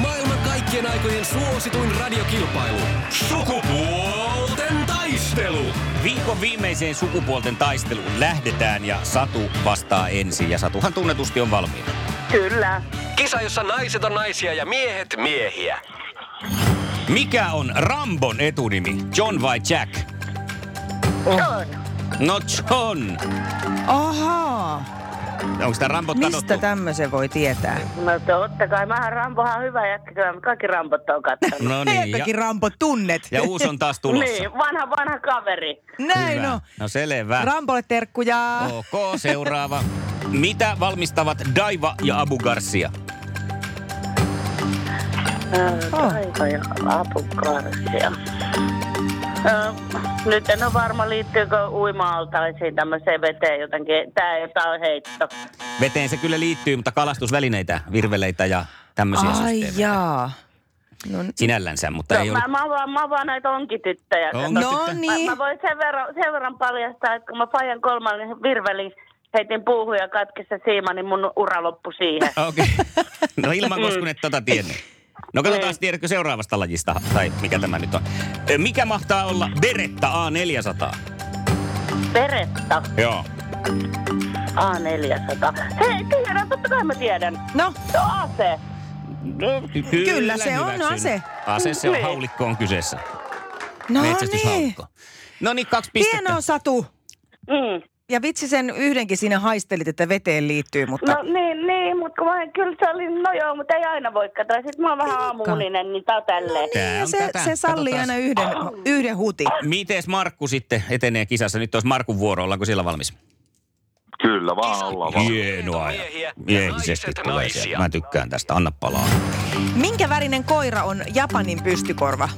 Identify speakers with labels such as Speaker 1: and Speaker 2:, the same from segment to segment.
Speaker 1: Maailman kaikkien aikojen suosituin radiokilpailu. Sukupuolten taistelu.
Speaker 2: Viikon viimeiseen sukupuolten taisteluun lähdetään ja Satu vastaa ensin. Ja Satuhan tunnetusti on valmiina.
Speaker 3: Kyllä.
Speaker 1: Kisa, jossa naiset on naisia ja miehet miehiä.
Speaker 2: Mikä on Rambon etunimi? John vai Jack?
Speaker 3: John.
Speaker 2: No John.
Speaker 4: Ahaa,
Speaker 2: Onko tämä Rambot
Speaker 4: mistä
Speaker 2: kadottu?
Speaker 4: tämmöisen voi tietää?
Speaker 3: No totta kai, mähän Rampohan on hyvä jätkä, kyllä kaikki Rampot on kattanut.
Speaker 2: No
Speaker 4: Niin,
Speaker 2: niin, ja,
Speaker 4: Kaikki Rampo tunnet.
Speaker 2: ja uusi on taas tulossa.
Speaker 3: niin, vanha vanha kaveri.
Speaker 4: Näin
Speaker 2: Hyvä. Oh,
Speaker 4: on.
Speaker 2: No selvä.
Speaker 4: Rampolle terkkuja.
Speaker 2: ok, seuraava. Mitä valmistavat Daiva ja Abu Garcia?
Speaker 3: Ö,
Speaker 2: Ah.
Speaker 4: Oh.
Speaker 3: Taika ja apukarsia. Ö, Nyt en ole varma, liittyykö uima-altaisiin tämmöiseen veteen jotenkin. Tää ei ole heitto.
Speaker 2: Veteen se kyllä liittyy, mutta kalastusvälineitä, virveleitä ja tämmöisiä
Speaker 4: Ai
Speaker 2: systeemejä.
Speaker 4: jaa. No,
Speaker 2: Sinällänsä, mutta
Speaker 3: No,
Speaker 2: ei
Speaker 3: mä,
Speaker 2: ollut.
Speaker 3: mä, vaan, mä vaan näitä onkityttöjä.
Speaker 2: Onko
Speaker 4: no
Speaker 2: tyttö?
Speaker 3: Mä,
Speaker 4: niin.
Speaker 3: mä voin sen verran, sen verran paljastaa, että kun mä Fajan kolmannen virvelin heitin puuhun ja katkesi se siima, niin mun ura loppui siihen.
Speaker 2: Okei. No ilman koskun et tota tiennyt. No katsotaan, tiedätkö seuraavasta lajista, tai mikä tämä nyt on. Ö, Mikä mahtaa olla Beretta A400?
Speaker 3: Peretta
Speaker 2: Joo.
Speaker 3: A400. Hei, tiedän, totta kai mä tiedän.
Speaker 4: No,
Speaker 3: Se on ase.
Speaker 2: No, ky-
Speaker 4: Kyllä se on
Speaker 2: hyväksyn.
Speaker 4: ase.
Speaker 2: Ase Ah, se on,
Speaker 3: Niin.
Speaker 2: haulikko on kyseessä.
Speaker 4: no niin.
Speaker 2: Metsästyshaulikko. No niin, kaksi pistettä.
Speaker 4: Hienoa Satu.
Speaker 3: Mm.
Speaker 4: Ja vitsi sen yhdenkin siinä haistelit, että veteen liittyy, mutta...
Speaker 3: No niin, niin, mutta kun mä, kyllä se oli, no joo, mutta ei aina voi katsoa. Sitten mä oon vähän aamuuninen, niin tää on tälleen.
Speaker 2: Tää
Speaker 4: ja
Speaker 2: on
Speaker 4: se,
Speaker 2: tätä.
Speaker 4: se sallii
Speaker 2: Katsotaas.
Speaker 4: aina yhden, yhden hutin.
Speaker 2: Mites Markku sitten etenee kisassa? Nyt olisi Markun vuoro, ollaanko siellä valmis?
Speaker 5: Kyllä vaan ollaan vaan.
Speaker 2: Hienoa. ja
Speaker 1: Miehiä ja
Speaker 2: Miehisesti
Speaker 1: naiset
Speaker 2: tulee
Speaker 1: naisia.
Speaker 2: sieltä. Mä tykkään tästä, anna palaa.
Speaker 4: Minkä värinen koira on Japanin pystykorva?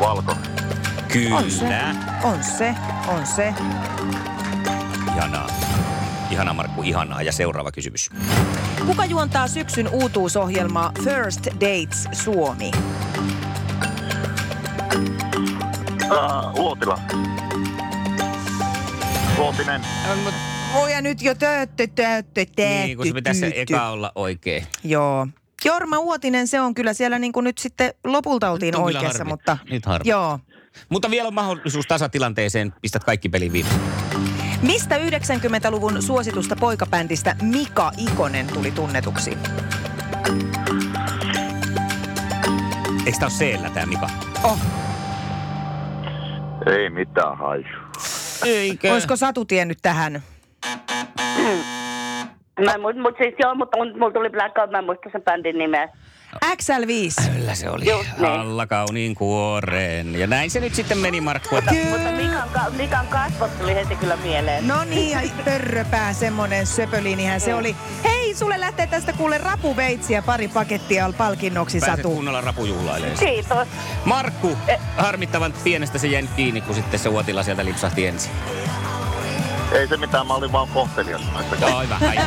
Speaker 5: Valko.
Speaker 4: On se.
Speaker 2: Kyllä.
Speaker 4: On se, on se.
Speaker 2: Ihanaa. Ihanaa Markku, ihanaa. Ja seuraava kysymys.
Speaker 4: Kuka juontaa syksyn uutuusohjelmaa First Dates Suomi?
Speaker 5: Uh, Uotila. Uotinen.
Speaker 4: Voi ja nyt jo tööttö, tööttö,
Speaker 2: Niin, kun se pitäisi se eka olla oikein.
Speaker 4: Joo. Jorma Uotinen, se on kyllä siellä niin kuin nyt sitten lopulta oltiin
Speaker 2: Nyt on kyllä
Speaker 4: oikeassa,
Speaker 2: harmi.
Speaker 4: mutta...
Speaker 2: Nyt harmi.
Speaker 4: Joo.
Speaker 2: Mutta vielä on mahdollisuus tasatilanteeseen. Pistät kaikki pelin viimeisen.
Speaker 4: Mistä 90-luvun suositusta poikabändistä Mika Ikonen tuli tunnetuksi?
Speaker 2: Eikö tää ole seellä tää Mika?
Speaker 4: Oh,
Speaker 5: Ei mitään haju.
Speaker 2: Eikö?
Speaker 4: olisiko Satu tiennyt tähän?
Speaker 3: Mä mut, mut siis joo, mutta mut, mulla tuli blackout, mä en muista sen bändin nimeä.
Speaker 4: XL5.
Speaker 2: Kyllä se oli.
Speaker 3: Just niin.
Speaker 2: Alla kauniin kuoreen. Ja näin se nyt sitten meni Markku. että-
Speaker 3: Mutta Mikan, ka- Mikan kasvot tuli heti kyllä mieleen.
Speaker 4: No niin, ja pörröpää semmonen söpöliinihän se oli. Hei, sulle lähtee tästä kuule rapuveitsiä pari pakettia palkinnoksi,
Speaker 2: Pääset
Speaker 4: Satu.
Speaker 2: kunnolla rapujuhlailemaan.
Speaker 3: Kiitos.
Speaker 2: Markku, harmittavan pienestä se jäi nyt kiinni, kun sitten se uotila sieltä lipsahti ensin.
Speaker 5: Ei se mitään, mä olin vaan kohtelias. näissä
Speaker 2: Joo, hyvä. aivan.